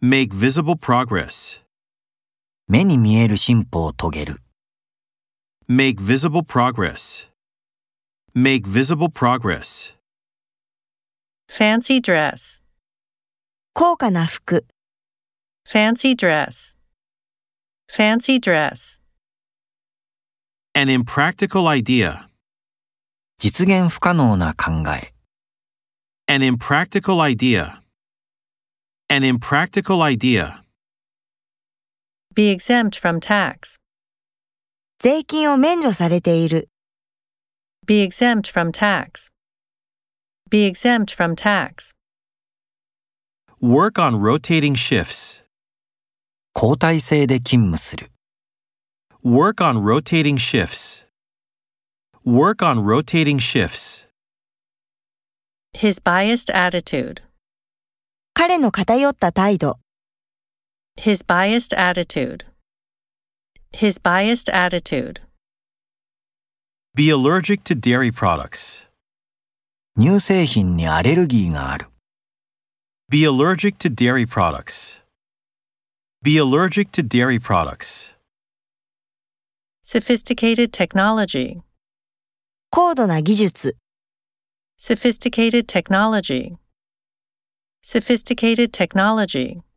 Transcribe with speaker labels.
Speaker 1: Make visible progress.
Speaker 2: 目に見える進歩を遂げる。
Speaker 1: Make visible progress. Make visible progress.
Speaker 3: Fancy dress.
Speaker 4: 高価な服、
Speaker 3: Fancy dress. Fancy dress.
Speaker 1: An impractical idea.
Speaker 2: 実現不可能な考え。
Speaker 1: An impractical idea. An impractical idea.
Speaker 3: Be exempt from tax.
Speaker 4: 税金を免除されている、
Speaker 3: Be exempt from tax. Be exempt from tax.
Speaker 1: Work on rotating shifts.
Speaker 2: 交代制で勤務する。
Speaker 1: Work on rotating shifts. Work on rotating shifts.
Speaker 3: His biased attitude.
Speaker 4: 彼の偏った態度、
Speaker 3: His biased attitude. His biased attitude.
Speaker 1: Be allergic to dairy products.
Speaker 2: 乳製品にアレルギーがある。
Speaker 1: Be allergic to dairy products. Be allergic to dairy products.
Speaker 3: Sophisticated technology.
Speaker 4: 高度な技術、
Speaker 3: Sophisticated technology. Sophisticated technology.